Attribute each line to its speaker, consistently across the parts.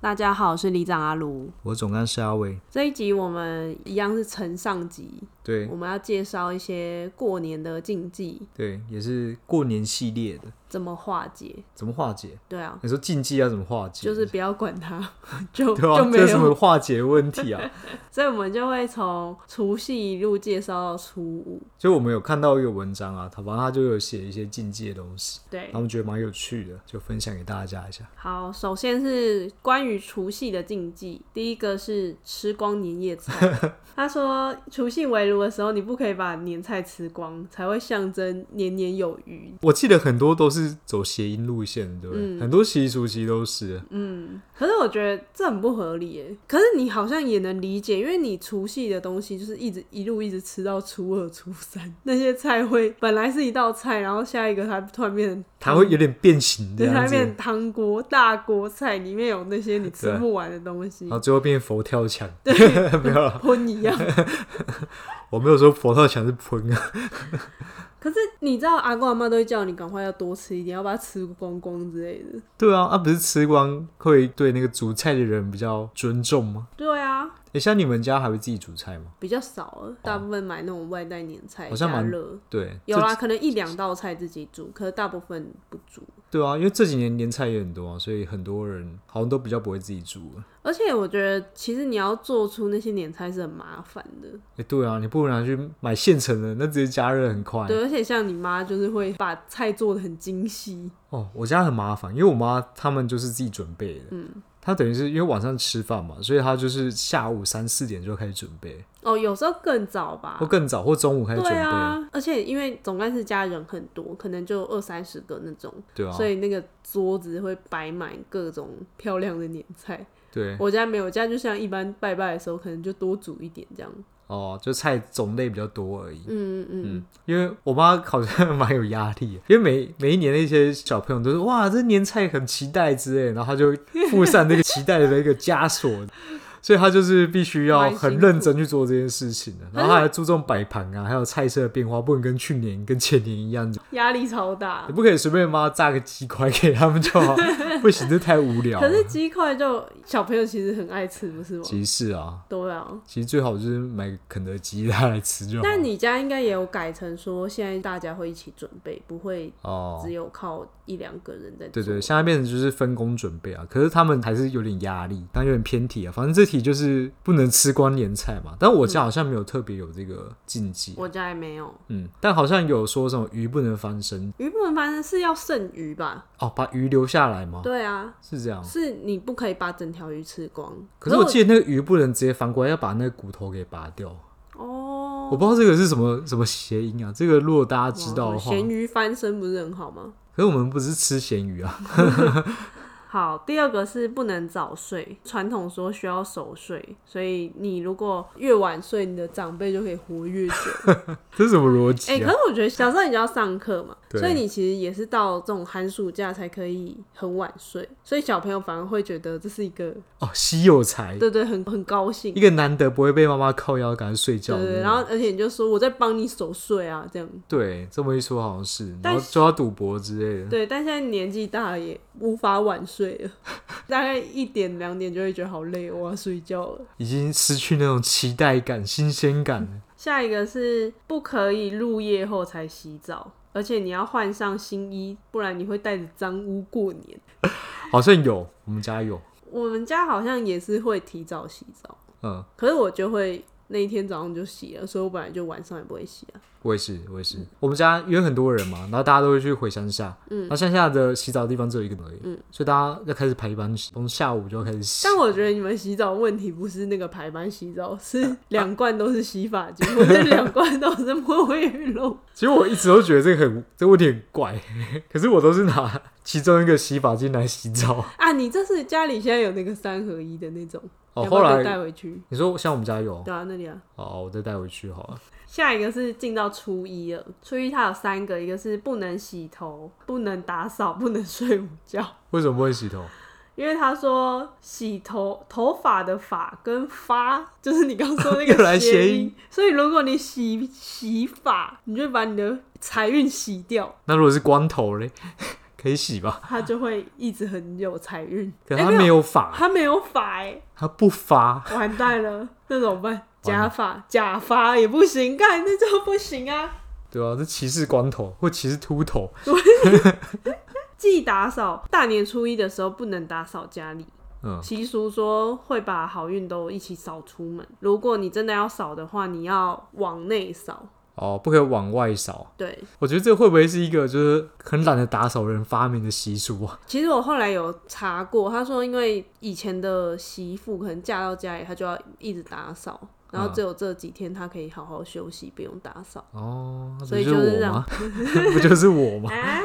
Speaker 1: 大家好，我是里长阿卢。
Speaker 2: 我总干事阿伟，
Speaker 1: 这一集我们一样是承上集，
Speaker 2: 对
Speaker 1: 我们要介绍一些过年的禁忌
Speaker 2: 对，也是过年系列的，
Speaker 1: 怎么化解。
Speaker 2: 怎么化解？
Speaker 1: 对啊，
Speaker 2: 你说禁忌要怎么化解？
Speaker 1: 就是不要管它， 就
Speaker 2: 对吧、啊
Speaker 1: 就没
Speaker 2: 这有什么
Speaker 1: 有。
Speaker 2: 化解问题啊？
Speaker 1: 所以我们就会从除夕一路介绍到初五。
Speaker 2: 就我们有看到一个文章啊，他反正他就有写一些禁忌的东西，
Speaker 1: 对
Speaker 2: 他，们觉得蛮有趣的，就分享给大家一下。
Speaker 1: 好，首先是关于除夕的禁忌，第一个是吃光年夜菜。他说，除夕围炉的时候，你不可以把年菜吃光，才会象征年年有余。
Speaker 2: 我记得很多都是走谐音路线，对不对？很多习俗其实都是，
Speaker 1: 嗯，可是我觉得这很不合理耶。可是你好像也能理解，因为你除夕的东西就是一直一路一直吃到初二、 初三，那些菜会本来是一道菜，然后下一个它突然变成
Speaker 2: 它会有点变形这
Speaker 1: 对，它
Speaker 2: 样
Speaker 1: 会
Speaker 2: 子，
Speaker 1: 变成汤锅、大锅菜，里面有那些你吃
Speaker 2: 对
Speaker 1: 不完的东西
Speaker 2: 然，后最后变佛跳墙。没有啦，
Speaker 1: 喷一样。
Speaker 2: 我没有说佛跳墙是喷啊，
Speaker 1: 可是你知道，阿公阿妈都会叫你赶快要多吃一点，要把它吃光光之类的。
Speaker 2: 对啊，啊不是吃光会对那个煮菜的人比较尊重吗？
Speaker 1: 对啊，
Speaker 2: 诶，欸像你们家还会自己煮菜吗？
Speaker 1: 比较少了，大部分买那种外带年菜
Speaker 2: 好像
Speaker 1: 加
Speaker 2: 蛮
Speaker 1: 热。
Speaker 2: 对，
Speaker 1: 有啊
Speaker 2: 这
Speaker 1: 啦，可能一两道菜自己煮，可是大部分不煮。
Speaker 2: 对啊，因为这几年年菜也很多啊，所以很多人好像都比较不会自己煮了。
Speaker 1: 而且我觉得，其实你要做出那些年菜是很麻烦的。
Speaker 2: 哎、对啊，你不如拿去买现成的，那直接加热很快。
Speaker 1: 对，而且像你妈就是会把菜做的很精细，
Speaker 2: 哦，我家很麻烦，因为我妈他们就是自己准备的。嗯，她等于是因为晚上吃饭嘛，所以她就是下午三四点就开始准备，
Speaker 1: 哦，有时候更早吧
Speaker 2: 或。更早，或中午开始准
Speaker 1: 啊对
Speaker 2: 备。
Speaker 1: 啊，而且因为总干事家人很多，可能就二三十个那种，
Speaker 2: 对啊，
Speaker 1: 所以那个桌子会摆满各种漂亮的年菜。
Speaker 2: 对
Speaker 1: 我家没有，我家就像一般拜拜的时候，可能就多煮一点这样。
Speaker 2: 哦，就菜种类比较多而已。
Speaker 1: 嗯嗯嗯，
Speaker 2: 因为我妈好像蛮有压力的，因为每每一年那些小朋友都说哇，这年菜很期待之类的，然后她就附上那个期待的一个枷锁，所以她就是必须要很认真去做这件事情
Speaker 1: 嗯
Speaker 2: 的。然后她还注重摆盘啊，还有菜色的变化，不能跟去年跟前年一样，
Speaker 1: 压力超大
Speaker 2: 你。不可以随便妈炸个鸡块给他们就 好，不行，这太无聊
Speaker 1: 可是
Speaker 2: 了。
Speaker 1: 鸡块就小朋友其实很爱吃，不是吗？
Speaker 2: 其实是啊，
Speaker 1: 对啊。
Speaker 2: 其实最好就是买肯德基拿来吃就好。
Speaker 1: 但你家应该也有改成说，现在大家会一起准备，不会
Speaker 2: 哦，
Speaker 1: 只有靠一两个人在做。
Speaker 2: 对对，现在变成就是分工准备啊，可是他们还是有点压力，但有点偏题啊。反正这题就是不能吃光年菜嘛，但我家好像没有特别有这个禁忌，
Speaker 1: 嗯我家也没有
Speaker 2: 嗯，但好像有说什么鱼不能翻身
Speaker 1: 鱼不能翻身是要剩鱼吧？
Speaker 2: 哦，把鱼留下来吗？
Speaker 1: 对啊，
Speaker 2: 是这样。
Speaker 1: 是你不可以把整条鱼吃光。
Speaker 2: 哦可是我记得那个鱼不能直接翻过来，要把那个骨头给拔掉。
Speaker 1: 哦，
Speaker 2: 我不知道这个是什么什么谐音啊，这个如果大家知道
Speaker 1: 哇
Speaker 2: 的话，
Speaker 1: 哦咸鱼翻身不是很好吗？
Speaker 2: 可是我们不是吃咸鱼啊，
Speaker 1: 好，第二个是不能早睡，传统说需要守岁，所以你如果越晚睡，你的长辈就可以活越久。
Speaker 2: 这是啊什么逻辑
Speaker 1: 哎、
Speaker 2: 啊？
Speaker 1: 可是我觉得小时候你就要上课嘛，
Speaker 2: 对
Speaker 1: 所以你其实也是到这种寒暑假才可以很晚睡，所以小朋友反而会觉得这是一个
Speaker 2: 哦，稀有才，
Speaker 1: 对对很很高兴，
Speaker 2: 一个难得不会被妈妈靠腰赶快睡觉
Speaker 1: 对
Speaker 2: 的那种。
Speaker 1: 对对，然后而且你就说我在帮你守岁啊这样，
Speaker 2: 对，这么一说好像是，
Speaker 1: 但
Speaker 2: 然后就要赌博之类的。
Speaker 1: 对，但现在年纪大了也无法晚睡了， 大概一点两点就会觉得好累，我要睡觉了。
Speaker 2: 已经失去那种期待感、新鲜感了。
Speaker 1: 下一个是不可以入夜后才洗澡，而且你要换上新衣，不然你会带着脏污过年。
Speaker 2: 好像有，我们家有，
Speaker 1: 我们家好像也是会提早洗澡，
Speaker 2: 嗯，
Speaker 1: 可是我就会那一天早上就洗了，所以我本来就晚上也不会洗啊。
Speaker 2: 我也是，我也是。我们家因为很多人嘛，然后大家都会去回乡下，嗯，然后乡下的洗澡的地方只有一个而已，嗯，所以大家要开始排班洗，从下午就要开始洗
Speaker 1: 但。我觉得你们洗澡问题不是那个排班洗澡，
Speaker 2: 啊
Speaker 1: 是两罐都是洗发精，或者两罐都是 沐浴露。
Speaker 2: 其实我一直都觉得这个很这个问题很怪， 可是我都是拿其中一个洗发精来洗澡。
Speaker 1: 啊，你这是家里现在有那个三合一的那种，
Speaker 2: 哦，
Speaker 1: 要不
Speaker 2: 后
Speaker 1: 要再带
Speaker 2: 来
Speaker 1: 回去？
Speaker 2: 你说像我们家有，
Speaker 1: 对啊，那里啊。
Speaker 2: 哦，我再带回去好了。
Speaker 1: 下一个是进到初一了，初一它有三个，一个是不能洗头、不能打扫、不能睡午觉。
Speaker 2: 为什么不会洗头？
Speaker 1: 因为他说洗头头发的发跟发，就是你刚说 那
Speaker 2: 又来
Speaker 1: 个
Speaker 2: 谐
Speaker 1: 谐
Speaker 2: 音
Speaker 1: 音，所以如果你洗洗发，你就把你的财运洗掉，
Speaker 2: 那如果是光头嘞， 可以洗吧？
Speaker 1: 他就会一直很有财运。
Speaker 2: 可
Speaker 1: 诶
Speaker 2: 他没，有发，
Speaker 1: 哎他没有发哎、
Speaker 2: 他不发，
Speaker 1: 完蛋了，那怎么办？假发假发也不行，干那就不行啊！
Speaker 2: 对啊，这歧视光头或歧视秃头。
Speaker 1: 忌打扫，大年初一的时候不能打扫家里，
Speaker 2: 嗯，
Speaker 1: 习俗说会把好运都一起扫出门。如果你真的要扫的话，你要往内扫。
Speaker 2: 哦，不可以往外扫。
Speaker 1: 对，
Speaker 2: 我觉得这会不会是一个就是很懒得打扫人发明的习俗啊？
Speaker 1: 其实我后来有查过，他说因为以前的媳妇可能嫁到家里，她就要一直打扫，然后只有这几天她可以好好休息，不用打扫。
Speaker 2: 哦，那不
Speaker 1: 所以
Speaker 2: 就
Speaker 1: 就是
Speaker 2: 我吗？ 不就是我吗？
Speaker 1: 啊，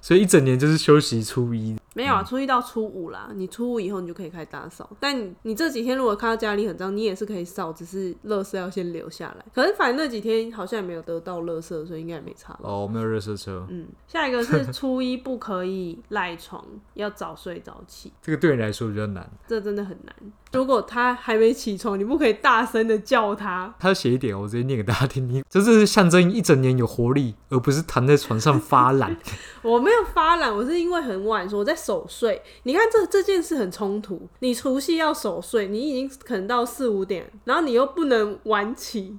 Speaker 2: 所以一整年就是休息初一。
Speaker 1: 没有啊，初一到初五啦，你初五以后你就可以开始打扫。但你你这几天如果看到家里很脏，你也是可以扫，只是垃圾要先留下来。可是反正那几天好像也没有得到垃圾，所以应该也没差吧。
Speaker 2: 哦，没有热车车，
Speaker 1: 嗯，下一个是初一不可以赖床，要早睡早起。
Speaker 2: 这个对你来说比较难。
Speaker 1: 这真的很难。如果他还没起床，你不可以大声的叫他。
Speaker 2: 他写一点，我直接念给大家听听。这是象征一整年有活力，而不是躺在床上发 懒。
Speaker 1: 我没有发懒，我是因为很晚睡，我在守岁。你看这这件事很冲突。你除夕要守岁，你已经可能到四五点，然后你又不能 晚起，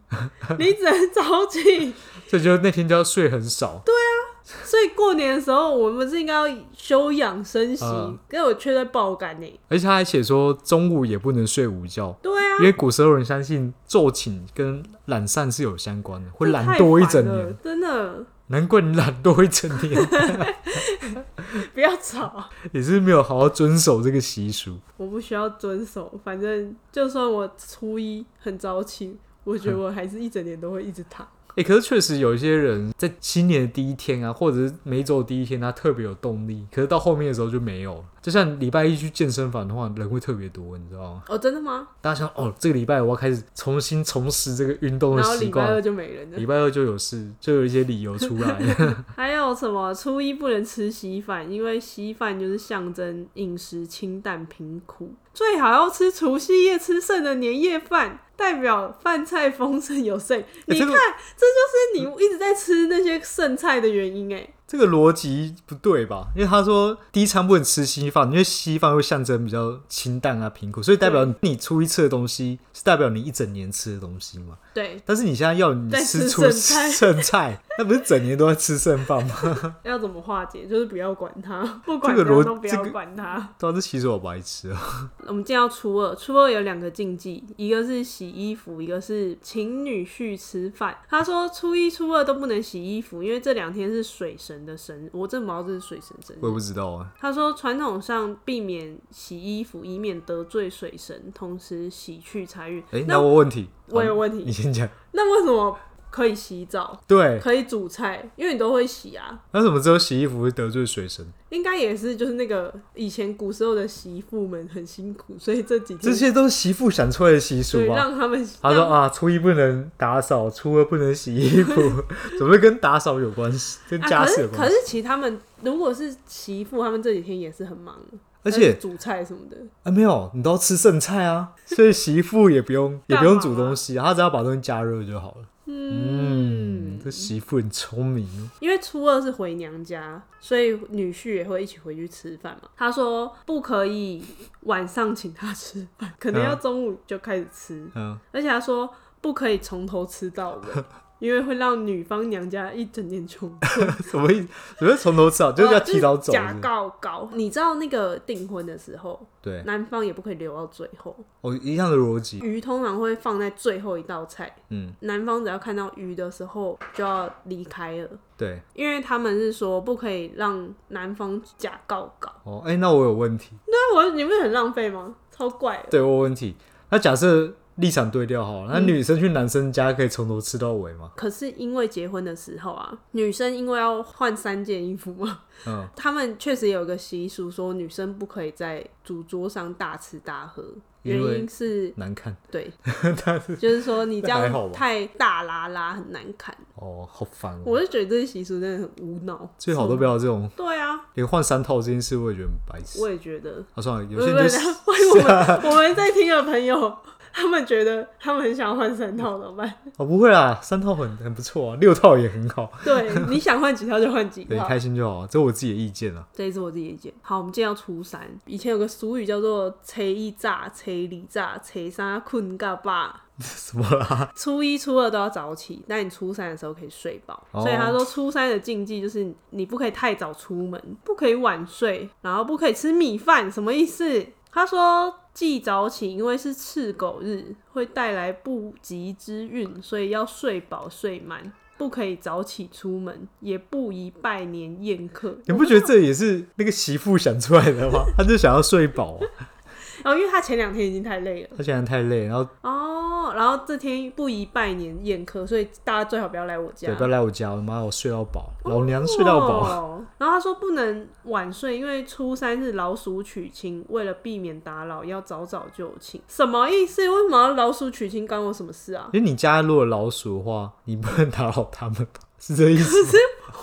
Speaker 1: 你只能早起。
Speaker 2: 所以就那天就要睡很少。对，
Speaker 1: 所以过年的时候，我们是应该要休养生息
Speaker 2: 嗯，
Speaker 1: 但我却在爆肝呢。
Speaker 2: 而且他还写说中午也不能睡午觉，
Speaker 1: 对啊
Speaker 2: 因，为古时候人相信昼寝跟懒散是有相关的，会
Speaker 1: 这
Speaker 2: 懒
Speaker 1: 太
Speaker 2: 惰一
Speaker 1: 烦
Speaker 2: 整
Speaker 1: 了
Speaker 2: 年。，
Speaker 1: 真的
Speaker 2: 难怪你懒惰一整年，
Speaker 1: 不要吵。
Speaker 2: 也是没有好好遵守这个习俗。
Speaker 1: 我不需要遵守，反正就算我初一很早起，我觉得我还是一整年都会一直躺。
Speaker 2: 哎、可是确实有一些人在新年的第一天啊，或者是每一周的第一天，他特别有动力，可是到后面的时候就没有了。就像礼拜一去健身房的话，人会特别多，你知道吗？
Speaker 1: 哦，真的吗？
Speaker 2: 大家想，哦，这个礼拜我要开始重新重拾这个运动的
Speaker 1: 然后
Speaker 2: 习
Speaker 1: 礼拜二
Speaker 2: 惯。
Speaker 1: 就没人了。
Speaker 2: 礼拜二就有事，就有一些理由出来。
Speaker 1: 还有什么？初一不能吃稀饭，因为稀饭就是象征饮食清淡贫苦，最好要吃除夕夜吃剩的年夜饭，代表饭菜丰盛有 剩。你
Speaker 2: 这
Speaker 1: 看，
Speaker 2: 个
Speaker 1: 这就是你一直在吃那些剩菜的原因哎。
Speaker 2: 这个逻辑不对吧？因为他说第一餐不能吃稀饭，因为稀饭会象征比较清淡啊、贫苦，所以代表你初一吃的东西是代表你一整年吃的东西嘛。
Speaker 1: 对，
Speaker 2: 但是你现在要你
Speaker 1: 在
Speaker 2: 吃
Speaker 1: 吃
Speaker 2: 出
Speaker 1: 剩菜
Speaker 2: 剩菜，那不是整年都在吃剩饭 吗？
Speaker 1: 要怎么化解？就是不要管 它，不管
Speaker 2: 这
Speaker 1: 它
Speaker 2: 个逻
Speaker 1: 都不
Speaker 2: 这
Speaker 1: 要
Speaker 2: 个
Speaker 1: 管它。
Speaker 2: 对啊，这其实我白痴啊。
Speaker 1: 我们进到初二，初二有两个禁忌，一个是洗衣服，一个是请女婿吃饭。他说初一、初二都不能洗衣服，因为这两天是水神的生日。我真的不知道这是水神生
Speaker 2: 我也不
Speaker 1: 日。
Speaker 2: 知道啊。
Speaker 1: 他说传统上避免洗衣服，以免得罪水神，同时洗去财运。
Speaker 2: 哎、那
Speaker 1: 那
Speaker 2: 我问题，
Speaker 1: 我有
Speaker 2: 好
Speaker 1: 问
Speaker 2: 嗯你
Speaker 1: 题，
Speaker 2: 先讲。
Speaker 1: 那为什么可以洗澡，
Speaker 2: 对，
Speaker 1: 可以煮菜？因为你都会洗啊。
Speaker 2: 那怎么只有洗衣服会得罪水神？
Speaker 1: 应该也是，就是那个以前古时候的媳妇们很辛苦，所以这几
Speaker 2: 这
Speaker 1: 天
Speaker 2: 些都是媳妇想出来的习
Speaker 1: 所以
Speaker 2: 俗吧？
Speaker 1: 让他们
Speaker 2: 他说
Speaker 1: 让
Speaker 2: 啊，初一不能打扫，初二不能洗衣 服，怎么会跟打扫有关系？跟
Speaker 1: 啊，
Speaker 2: 家
Speaker 1: 可
Speaker 2: 事有
Speaker 1: 是
Speaker 2: 关
Speaker 1: 可
Speaker 2: 系？
Speaker 1: 是其实他们如果是媳妇，他们这几天也是很忙的，
Speaker 2: 而
Speaker 1: 还有
Speaker 2: 且
Speaker 1: 煮菜什么的，
Speaker 2: 啊，没有，你都要吃剩菜 啊，所以媳妇也不用也不用煮东西、啊，她只要把东西加热就好了。嗯，这媳妇很聪明哦。
Speaker 1: 因为初二是回娘家，所以女婿也会一起回去吃饭嘛。他说不可以晚上请他吃饭，可能要中午就开始吃，
Speaker 2: 嗯，
Speaker 1: 而且他说不可以从头吃到尾。因为会让女方娘家一整年穷。
Speaker 2: 什么意思？怎么从头吃好？ 就是要
Speaker 1: 呃
Speaker 2: 提早走。
Speaker 1: 假
Speaker 2: 是不是
Speaker 1: 告告。你知道那个订婚的时候，
Speaker 2: 对，
Speaker 1: 男方也不可以留到最后，
Speaker 2: 哦，一样的逻辑。
Speaker 1: 鱼通常会放在最后一道菜。
Speaker 2: 嗯，
Speaker 1: 男方只要看到鱼的时候就要离开了，
Speaker 2: 对。
Speaker 1: 因为他们是说不可以让男方假告告。
Speaker 2: 哦，哎、那我有问题。
Speaker 1: 那啊我你不是很浪费吗？超怪的。
Speaker 2: 对我有问题。那假设立场对调好
Speaker 1: 嗯
Speaker 2: 了，那女生去男生家可以从头吃到尾吗？
Speaker 1: 可是因为结婚的时候啊，女生因为要换三件衣服嘛，
Speaker 2: 嗯，
Speaker 1: 他们确实有一个习俗说女生不可以在主桌上大吃大喝，
Speaker 2: 因
Speaker 1: 原
Speaker 2: 为
Speaker 1: 因是
Speaker 2: 难看。
Speaker 1: 对， 就是说你这
Speaker 2: 那还好
Speaker 1: 样
Speaker 2: 吧
Speaker 1: 太大啦啦很难看。
Speaker 2: 哦，好烦哦、
Speaker 1: 我就觉得这些习俗真的很无脑。
Speaker 2: 最好都不要这种，
Speaker 1: 对啊，
Speaker 2: 连换三套这件事我也觉得很白痴。
Speaker 1: 我也觉得。
Speaker 2: 啊，算了，有
Speaker 1: 不是
Speaker 2: 些
Speaker 1: 不
Speaker 2: 人
Speaker 1: 是
Speaker 2: 就，
Speaker 1: 万 一我们我们在听的朋友，他们觉得他们很想换三套怎么办？
Speaker 2: 哦，不会啦，三套很很不错啊，六套也很好，
Speaker 1: 对，你想换几套就换几
Speaker 2: 对，
Speaker 1: 套。
Speaker 2: 开心就好，这我自己的意见啊。
Speaker 1: 这一次我自己的意见。好，我们今天要初三。以前有个俗语叫做“初一炸，初二炸，初三困个吧
Speaker 2: 什么啦？”。
Speaker 1: 初一、初二都要早起，但你初三的时候可以睡饱。
Speaker 2: 哦
Speaker 1: 所以他说，初三的禁忌就是你不可以太早出门，不可以晚睡，然后不可以吃米饭。什么意思？他说。忌早起，因为是赤狗日，会带来不吉之运，所以要睡饱睡满，不可以早起出门，也不宜拜年宴客。
Speaker 2: 你不觉 得这也是那个媳妇想出来的吗？ 她就想要睡饱啊、
Speaker 1: 然后哦因为他前两天已经太累了
Speaker 2: 她显然太累，然后
Speaker 1: 哦，然后这天不宜拜年宴客，所以大家最好不要来我
Speaker 2: 对，
Speaker 1: 家
Speaker 2: 不。要来我家，我妈我睡到饱，老娘睡到饱。
Speaker 1: 哦然后他说不能晚睡，因为初三是老鼠娶亲，为了避免打扰，要早早就寝。什么意思？为什么要老鼠娶亲干我什么 事啊？
Speaker 2: 因为你家如果有老鼠的话，你不能打扰他们吧？ 是这意思吗？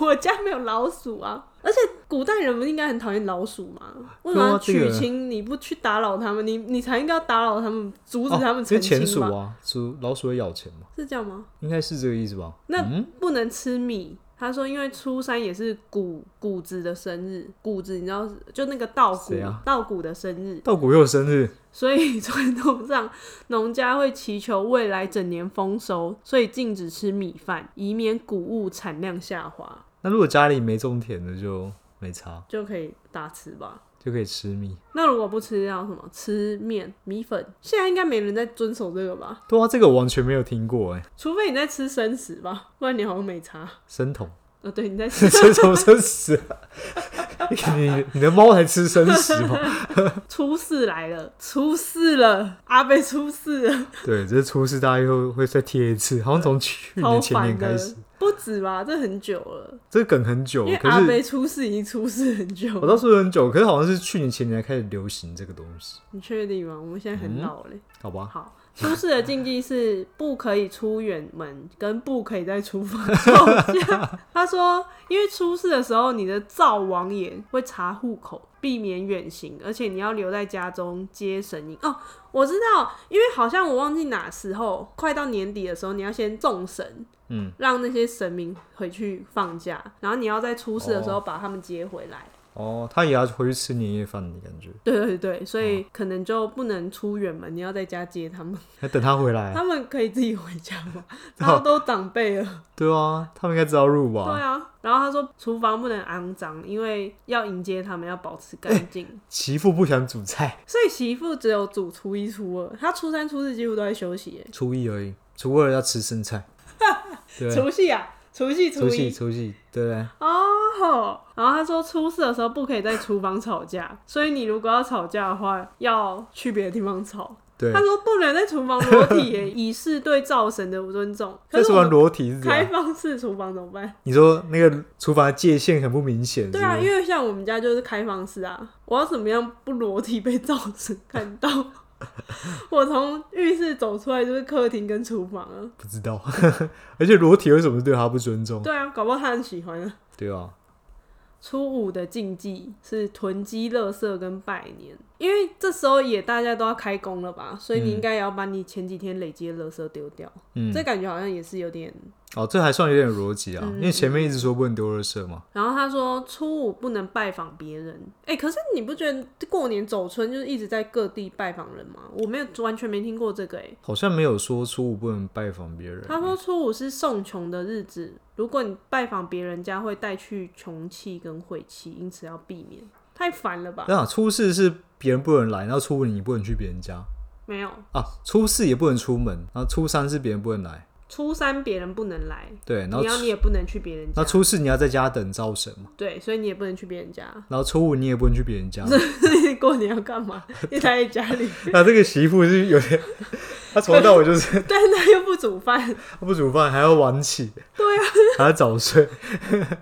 Speaker 1: 我家没有老鼠啊！而且古代人不是应该很讨厌老鼠吗？为什么
Speaker 2: 对啊
Speaker 1: 要
Speaker 2: 这个
Speaker 1: 娶亲你不去打扰他们，你你才应该要打扰他们，阻止
Speaker 2: 哦
Speaker 1: 他
Speaker 2: 因为
Speaker 1: 们成
Speaker 2: 钱
Speaker 1: 亲
Speaker 2: 鼠
Speaker 1: 吧？
Speaker 2: 啊，鼠老鼠会咬钱嘛，
Speaker 1: 是这样吗？
Speaker 2: 应该是这个意思吧？
Speaker 1: 那不能吃米。他说，因为初三也是谷谷子的生日，谷子你知道是就那个稻谷
Speaker 2: 谁啊，
Speaker 1: 稻谷的生日，
Speaker 2: 稻谷又有生日，
Speaker 1: 所以 传统上农家会祈求未来整年丰收，所以禁止吃米饭，以免谷物产量下滑，
Speaker 2: 那如果家里没种田的就没差，
Speaker 1: 就可以大吃吧。
Speaker 2: 就可以吃米。
Speaker 1: 那如果不吃要什么？吃面、米粉，现在应该没人在遵守这个吧？
Speaker 2: 对啊，这个我完全没有听过哎、
Speaker 1: 除非你在吃生食吧，不然你好像没差。
Speaker 2: 生酮
Speaker 1: 呃、对，你在吃
Speaker 2: 吃什么生食、啊？你你的猫才吃生食吗？
Speaker 1: 初四来了，初四了，阿贝初四了。
Speaker 2: 对，这出事大家又会再贴一次，好像从去
Speaker 1: 超
Speaker 2: 年前
Speaker 1: 烦
Speaker 2: 年
Speaker 1: 的
Speaker 2: 开始，，
Speaker 1: 不止吧？这很久了，
Speaker 2: 这个梗很久
Speaker 1: 因为，
Speaker 2: 可
Speaker 1: 阿
Speaker 2: 是
Speaker 1: 飞出事已经出事很久
Speaker 2: 我
Speaker 1: 了。
Speaker 2: 倒是很久，可是好像是去年前年才开始流行这个东西，
Speaker 1: 你确定吗？我们现在
Speaker 2: 嗯
Speaker 1: 很老嘞。
Speaker 2: 好吧？
Speaker 1: 好，出事的禁忌是不可以出远门，跟不可以在厨房吵架。他说，因为出事的时候，你的灶王爷会查户口，避免远行，而且你要留在家中接神隐。哦，我知道，因为好像我忘记哪时候，快到年底的时候，你要先送神，
Speaker 2: 嗯，
Speaker 1: 让那些神明回去放假，然后你要在出事的时候把他们接回来。
Speaker 2: 哦，他也要回去吃年夜饭的感觉，
Speaker 1: 对对对，所以可能就不能出远门，你要在家接他们。
Speaker 2: 还等他回来。
Speaker 1: 他们可以自己回家 吗？然后都长辈了，
Speaker 2: 对啊，他们应该知道入
Speaker 1: 对
Speaker 2: 吧？
Speaker 1: 啊。然后他说厨房不能肮脏，因为要迎接他们要保持干净。
Speaker 2: 媳妇不想煮菜，
Speaker 1: 所以媳妇只有煮初一、初二，她初三、初四几乎都在休息耶。
Speaker 2: 初一而已，初二要吃生 菜。对，
Speaker 1: 除夕啊，除夕、
Speaker 2: 除
Speaker 1: 初
Speaker 2: 夕
Speaker 1: 一
Speaker 2: 除夕，对不对？
Speaker 1: 哦。然后他说初四的时候不可以在厨房吵架，所以你如果要吵架的话，要去别的地方吵。
Speaker 2: 对
Speaker 1: 他，说不能在厨房裸体 耶，以示对灶神的尊重。可
Speaker 2: 在
Speaker 1: 是
Speaker 2: 厨
Speaker 1: 我
Speaker 2: 房
Speaker 1: 们
Speaker 2: 裸体是怎
Speaker 1: 开
Speaker 2: 样？
Speaker 1: 放式厨房怎么办？
Speaker 2: 你说那个厨房的界限很不明显，
Speaker 1: 对啊，
Speaker 2: 是
Speaker 1: 因
Speaker 2: 不是
Speaker 1: 为像我们家就是开放式啊，我要怎么样不裸体被灶神看到？ 我从浴室走出来就是客厅跟厨房啊。
Speaker 2: 不知道， 而且裸体为什么对他不尊重？
Speaker 1: 对啊，搞不好他很喜欢啊。
Speaker 2: 对啊，
Speaker 1: 初五的禁忌是囤积垃圾跟拜年，因为这时候也大家都要开工了吧，所以你应该也要把你前几天累积的垃圾丢掉。
Speaker 2: 嗯
Speaker 1: 这，感觉好像也是有点
Speaker 2: 哦，这还算有点逻辑啊，
Speaker 1: 嗯
Speaker 2: 因为前面一直说不能丢垃圾嘛。
Speaker 1: 然后他说初五不能拜访别人，哎、可是你不觉得过年走村就是一直在各地拜访人吗？我没有完全没听过这个哎、
Speaker 2: 好像没有说初五不能拜访别人。
Speaker 1: 他说初五是送穷的日子，如果你拜访别人家会带去穷气跟晦气，因此要避免。太烦了吧？
Speaker 2: 那初四啊是别人不能来，然后初五你不能去别人家
Speaker 1: 没有，
Speaker 2: 啊，初四也不能出门，然后初三是别人不能来，
Speaker 1: 初三别人不能来，
Speaker 2: 对，哎然后
Speaker 1: 你要你也不能去啊别人家
Speaker 2: 那，初四你要在家等灶神嘛，
Speaker 1: 对，所以你也不能去别人家。
Speaker 2: 然后初五你也不能去别人家。
Speaker 1: 过年要干嘛？一直待在家里，
Speaker 2: 那这个媳妇是有点，她从头到尾就是
Speaker 1: 但是他又不煮饭。
Speaker 2: 她不煮饭，还要晚起，对啊，还要早睡。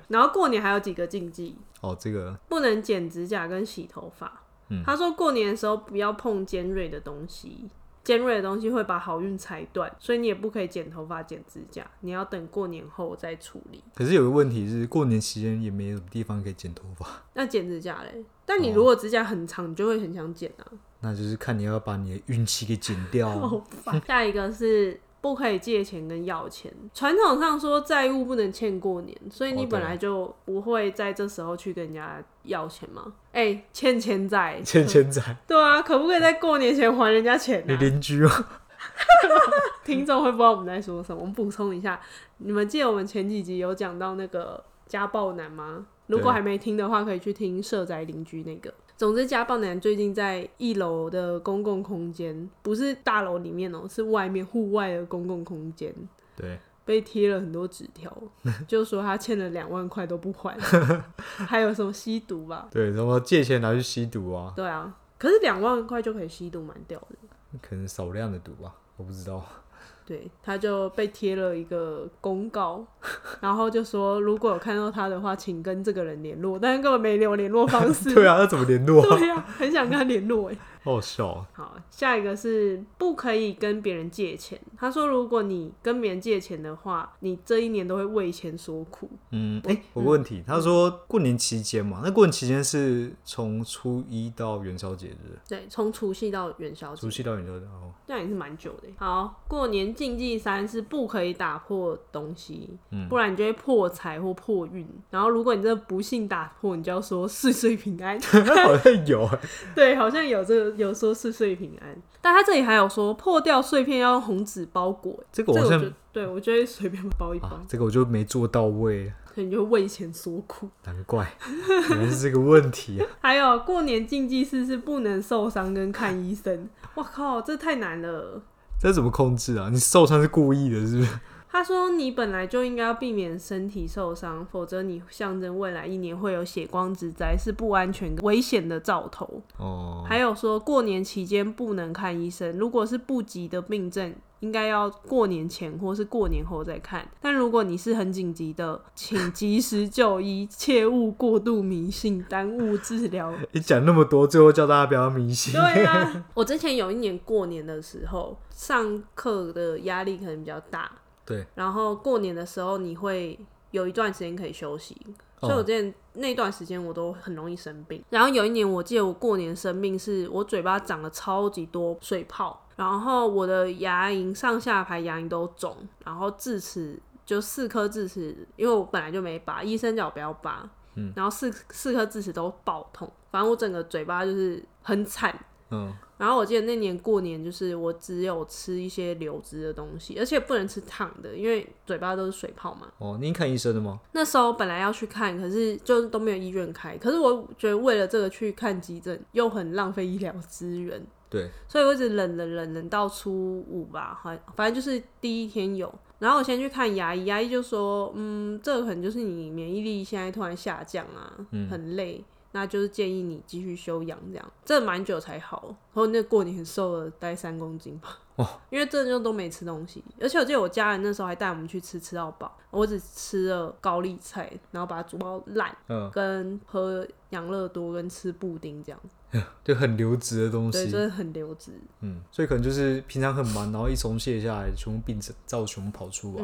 Speaker 1: 然后过年还有几个禁忌，
Speaker 2: 哦，这个
Speaker 1: 不能剪指甲跟洗头发。
Speaker 2: 嗯
Speaker 1: 他说过年的时候不要碰尖锐的东西，尖锐的东西会把好运裁断，所以你也不可以剪头发、剪指甲，你要等过年后再处理。
Speaker 2: 可是有个问题是，过年期间也没什么地方可以剪头发，
Speaker 1: 那剪指甲嘞？但
Speaker 2: 哦
Speaker 1: 你如果指甲很长，你就会很想剪啊，
Speaker 2: 那就是看你要把你的运气给剪掉啊、
Speaker 1: 好烦。下一个是。不可以借钱跟要钱，传统上说债务不能欠过年，所以
Speaker 2: 哦
Speaker 1: 你
Speaker 2: 对
Speaker 1: 本来就不会在这时候去跟人家要钱嘛。哎、欠钱债，
Speaker 2: 欠钱仔，
Speaker 1: 对啊，可不可以在过年前还人家钱啊呢、
Speaker 2: 你邻居吗？
Speaker 1: 听众会不知道我们在说什么。我们补充一下，你们记得我们前几集有讲到那个家暴男吗？如果
Speaker 2: 对
Speaker 1: 还没听的话，可以去听社宅邻居那个。总之，家暴男最近在一楼的公共空间，不是大楼里面哦、是外面户外的公共空间，
Speaker 2: 对，
Speaker 1: 被贴了很多纸条，就说他欠了两万块都不还，还有什么吸毒吧？
Speaker 2: 对，什么借钱拿去吸毒啊，
Speaker 1: 对啊，可是两万块就可以吸毒，蛮屌的。
Speaker 2: 可能少量的毒吧，我不知道。
Speaker 1: 对，他就被贴了一个公告，然后就说如果有看到他的话，请跟这个人联络，但是根本没留联络方 式。
Speaker 2: 对啊，那怎么联络啊？
Speaker 1: 对呀、很想跟他联络哎。
Speaker 2: 好好笑啊。
Speaker 1: 好，下一个是不可以跟别人借钱。他说，如果你跟别人借钱的话，你这一年都会为钱所苦。
Speaker 2: 嗯，哎、我有问题，他说过年期间嘛，那过年期间是从初一到元宵节，是不是？
Speaker 1: 对，从除夕到元宵节
Speaker 2: 除，夕到元宵节，哦，
Speaker 1: 那也是蛮久的欸。好，过年禁忌三是不可以打破东西，
Speaker 2: 嗯
Speaker 1: 不然你就会破财或破运。然后如果你真的不幸打破，你就要说岁岁平安。
Speaker 2: 好像有啊，
Speaker 1: 对，好像有这个有说岁岁平安，但他这里还有说破掉碎片要用红纸包裹欸。
Speaker 2: 这
Speaker 1: 这
Speaker 2: 个哦我好像
Speaker 1: 就对我就会随便包一包，
Speaker 2: 啊，这个我就没做到位，
Speaker 1: 可能就为钱所苦。
Speaker 2: 难怪 原来是这个问题啊。
Speaker 1: 还有过年禁忌事是不能受伤跟看医生，我靠，这太难了。
Speaker 2: 这怎么控制啊？你受伤是故意的，是不是？
Speaker 1: 他说：“你本来就应该要避免身体受伤，否则你象征未来一年会有血光之灾，是不安全、危险的兆头。
Speaker 2: 哦，
Speaker 1: 还有说，过年期间不能看医生，如果是不急的病症，应该要过年前或是过年后再看。但如果你是很紧急的，请及时就医，切勿过度迷信，耽误治疗。
Speaker 2: 你讲那么多，最后叫大家不要迷信。
Speaker 1: 对啊，我之前有一年过年的时候，上课的压力可能比较大，
Speaker 2: 对，
Speaker 1: 然后过年的时候你会有一段时间可以休息，
Speaker 2: 哦
Speaker 1: 所以我之前那段时间我都很容易生病。然后有一年我记得我过年生病是我嘴巴长了超级多水泡，然后我的牙龈上下排牙龈都肿，然后智齿就四颗智齿，因为我本来就没拔，医生叫我不要拔，嗯，然后四四颗智齿都爆痛，反正我整个嘴巴就是很惨，
Speaker 2: 嗯，
Speaker 1: 然后我记得那年过年，就是我只有吃一些流质的东西，而且不能吃烫的，因为嘴巴都是水泡嘛。
Speaker 2: 哦，你看医生的吗？
Speaker 1: 那时候本来要去看，可是就都没有医院开。可是我觉得为了这个去看急诊，又很浪费医疗资源，
Speaker 2: 对，
Speaker 1: 所以我一直忍忍忍忍到初五吧，好像，反正就是第一天有。然后我先去看牙医，牙医就说，嗯，这个可能就是你免疫力现在突然下降啊，
Speaker 2: 嗯
Speaker 1: 很累，那就是建议你继续休养这样，这蛮久才好。然后那过年瘦了大概三公斤吧，因为真的就都没吃东西，而且我记得我家人那时候还带我们去吃吃到饱，我只吃了高丽菜，然后把它煮到烂，
Speaker 2: 嗯，
Speaker 1: 跟喝养乐多跟吃布丁这样，
Speaker 2: 就很流质的东
Speaker 1: 对，
Speaker 2: 西
Speaker 1: 真。的很流质。
Speaker 2: 嗯，所以可能就是平常很忙，然后一松懈下来，全部病症照全部跑出来。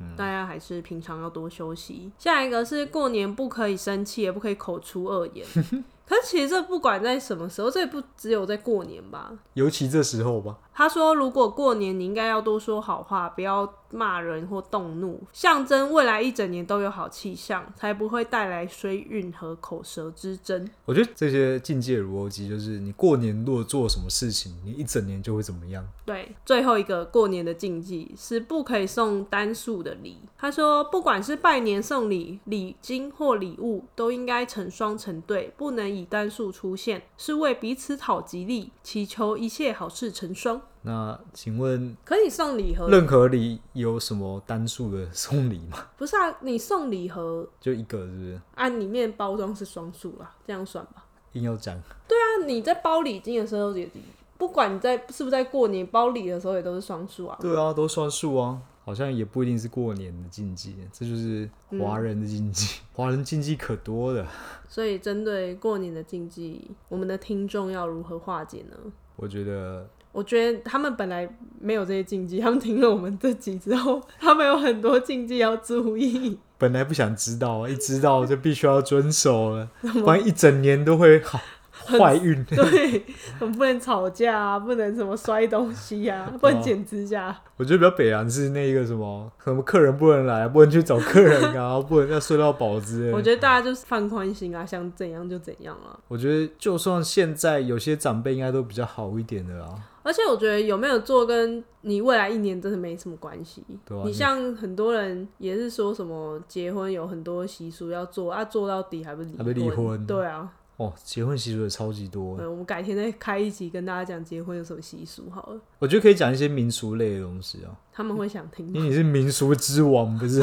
Speaker 1: 嗯大家还是平常要多休息。下一个是过年不可以生气，也不可以口出恶言。 可是其实这不管在什么时候，这也不只有在过年吧。
Speaker 2: 尤其这时候吧，
Speaker 1: 他说，如果过年你应该要多说好话，不要骂人或动怒，象征未来一整年都有好气象，才不会带来衰运和口舌之争。
Speaker 2: 我觉得这些境界如欧鸡，就是你过年如果做什么事情，你一整年就会怎么样。
Speaker 1: 对，最后一个过年的禁忌是不可以送单数的礼。他说，不管是拜年送礼、礼金或礼物，都应该成双成对，不能以单数出现，是为彼此讨吉利，祈求一切好事成双。
Speaker 2: 那请问，
Speaker 1: 可以送礼盒，
Speaker 2: 任何礼有什么单数的送礼吗？
Speaker 1: 不是啊？你送礼盒，
Speaker 2: 就一个是不是？
Speaker 1: 按、里面包装是双数啦，这样算吧？
Speaker 2: 硬要讲，
Speaker 1: 那你在包礼金的时候也，不管你在是不是在过年包礼的时候，也都是双数啊。
Speaker 2: 对啊，都算数啊，好像也不一定是过年的禁忌，这就是华人的禁 忌。华、人禁忌可多了，
Speaker 1: 所以针对过年的禁忌，我们的听众要如何化解呢？
Speaker 2: 我觉得
Speaker 1: 我觉得他们本来没有这些禁忌，他们听了我们这集之后，他们有很多禁忌要注 意。
Speaker 2: 本来不想知道，一知道就必须要遵守了，不然一整年都会好坏运。
Speaker 1: 对，我们不能吵架啊，不能什么摔东西啊，不能剪指甲。
Speaker 2: 我觉得比较北洋是那个什么，什么客人不能来，不能去找客人 啊，不能要睡到饱之类
Speaker 1: 我
Speaker 2: 的。
Speaker 1: 觉得大家就是放宽心啊，想怎样就怎样啊。
Speaker 2: 我觉得就算现在有些长辈应该都比较好一点的啦，
Speaker 1: 而且我觉得有没有做跟你未来一年真的没什么关系。
Speaker 2: 对啊
Speaker 1: 你
Speaker 2: 你
Speaker 1: 像很多人也是说什么结婚有很多习俗要做，啊做到底还不是
Speaker 2: 还不离婚
Speaker 1: 对啊，
Speaker 2: 哦，结婚习俗也超级多的。
Speaker 1: 嗯，我们改天再开一集跟大家讲结婚有什么习俗好了，
Speaker 2: 我觉得可以讲一些民俗类的东西啊，
Speaker 1: 他们会想听
Speaker 2: 因
Speaker 1: 吗。
Speaker 2: 为你是民俗之王，不是？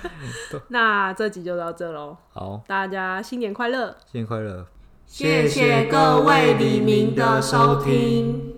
Speaker 1: 那这集就到这喽，
Speaker 2: 好，
Speaker 1: 大家新年快乐！
Speaker 2: 新年快乐！
Speaker 1: 谢谢各位黎明的收听。